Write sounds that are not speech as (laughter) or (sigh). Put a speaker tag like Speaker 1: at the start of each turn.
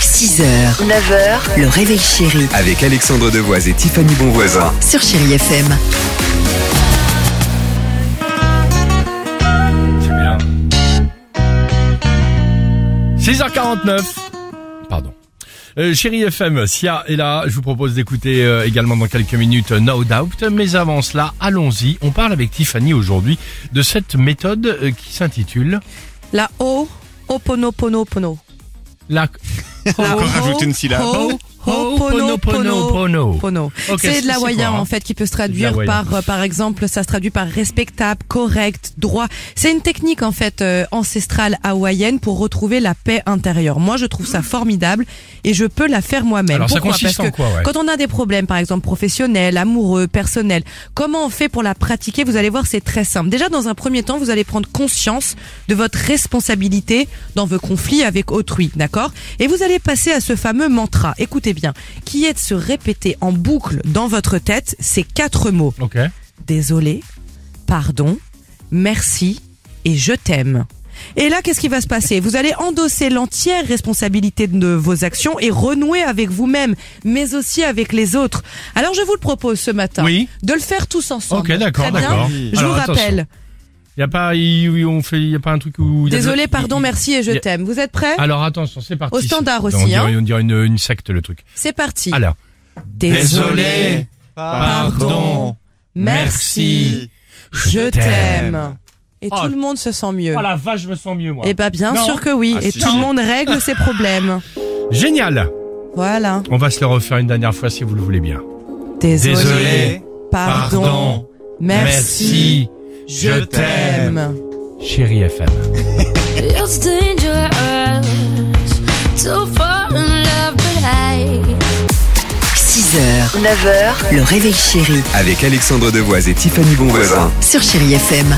Speaker 1: 6h, 9h, le réveil chéri
Speaker 2: Avec Alexandre Devoise et Tiffany Bonvoisin.
Speaker 1: sur Chéri FM.
Speaker 3: Celui-là. 6h49. Pardon. Euh, chérie FM, Sia est là. Je vous propose d'écouter euh, également dans quelques minutes euh, No Doubt. Mais avant cela, allons-y. On parle avec Tiffany aujourd'hui de cette méthode euh, qui s'intitule
Speaker 4: La O,
Speaker 5: (laughs)
Speaker 4: Oponoponopono.
Speaker 3: la.
Speaker 4: La
Speaker 5: rajouter une syllabe.
Speaker 4: Ho, ho, pono, pono,
Speaker 3: Oponoponopono.
Speaker 4: pono.
Speaker 3: Ok,
Speaker 4: c'est de la
Speaker 3: quoi,
Speaker 4: l'hawaïen
Speaker 3: hein
Speaker 4: en fait qui peut se
Speaker 3: De
Speaker 4: traduire
Speaker 3: l'hawaïen.
Speaker 4: par, euh, par exemple, ça se traduit par respectable, correct, droit. C'est une technique en fait euh, ancestrale hawaïenne pour retrouver la paix intérieure. Moi, je trouve ça formidable et je peux la faire moi-même.
Speaker 3: Alors, ça
Speaker 4: Pourquoi
Speaker 3: consiste
Speaker 4: Parce
Speaker 3: en
Speaker 4: que
Speaker 3: quoi, ouais
Speaker 4: Quand on a des problèmes, par exemple professionnels, amoureux, personnels, comment on fait pour la pratiquer Vous allez voir, c'est très simple. Déjà, dans un premier temps, vous allez prendre conscience de votre responsabilité dans vos conflits avec autrui, d'accord Et vous allez passer à ce fameux mantra. Écoutez bien, qui est de se répéter en boucle dans votre tête ces quatre mots
Speaker 3: Ok.
Speaker 4: désolé, pardon, merci et je t'aime. Et là, qu'est-ce qui va se passer Vous allez endosser l'entière responsabilité de vos actions et renouer avec vous-même, mais aussi avec les autres. Alors, je vous le propose ce matin
Speaker 3: Oui.
Speaker 4: de le faire tous ensemble.
Speaker 3: Ok, d'accord,
Speaker 4: Très bien
Speaker 3: d'accord.
Speaker 4: Je
Speaker 3: Alors,
Speaker 4: vous
Speaker 3: attention.
Speaker 4: rappelle.
Speaker 3: Y a pas, y, oui, on fait, y a pas un truc où. y a-
Speaker 4: Désolé,
Speaker 3: y-
Speaker 4: pardon,
Speaker 3: y-
Speaker 4: merci et je
Speaker 3: y a- Ah.
Speaker 4: t'aime. Vous êtes prêts
Speaker 3: Alors attention, c'est parti.
Speaker 4: Au standard
Speaker 3: On
Speaker 4: aussi,
Speaker 3: dirait,
Speaker 4: hein.
Speaker 3: on dirait une, une secte le truc.
Speaker 4: C'est parti.
Speaker 3: Alors.
Speaker 4: Désolé, pardon, merci, je t'aime. Et
Speaker 3: Oh.
Speaker 4: tout le monde se sent mieux.
Speaker 3: Oh la vache, je me sens mieux moi.
Speaker 4: Eh ben bien
Speaker 3: Non.
Speaker 4: sûr que oui.
Speaker 5: Ah,
Speaker 4: et
Speaker 5: si.
Speaker 4: tout le monde règle
Speaker 3: (laughs)
Speaker 4: ses problèmes.
Speaker 3: Génial.
Speaker 4: Voilà.
Speaker 3: On va se le refaire une dernière fois si vous le voulez bien.
Speaker 4: Désolé.
Speaker 3: Désolé,
Speaker 4: Pardon.
Speaker 3: pardon,
Speaker 4: Merci.
Speaker 3: je Chérie FM.
Speaker 6: It's dangerous to fall in love, but I
Speaker 1: 6h, 9h, le réveil chéri
Speaker 2: Avec Alexandre Devoise et Tiffany Bonvoisin.
Speaker 1: sur Chéri FM.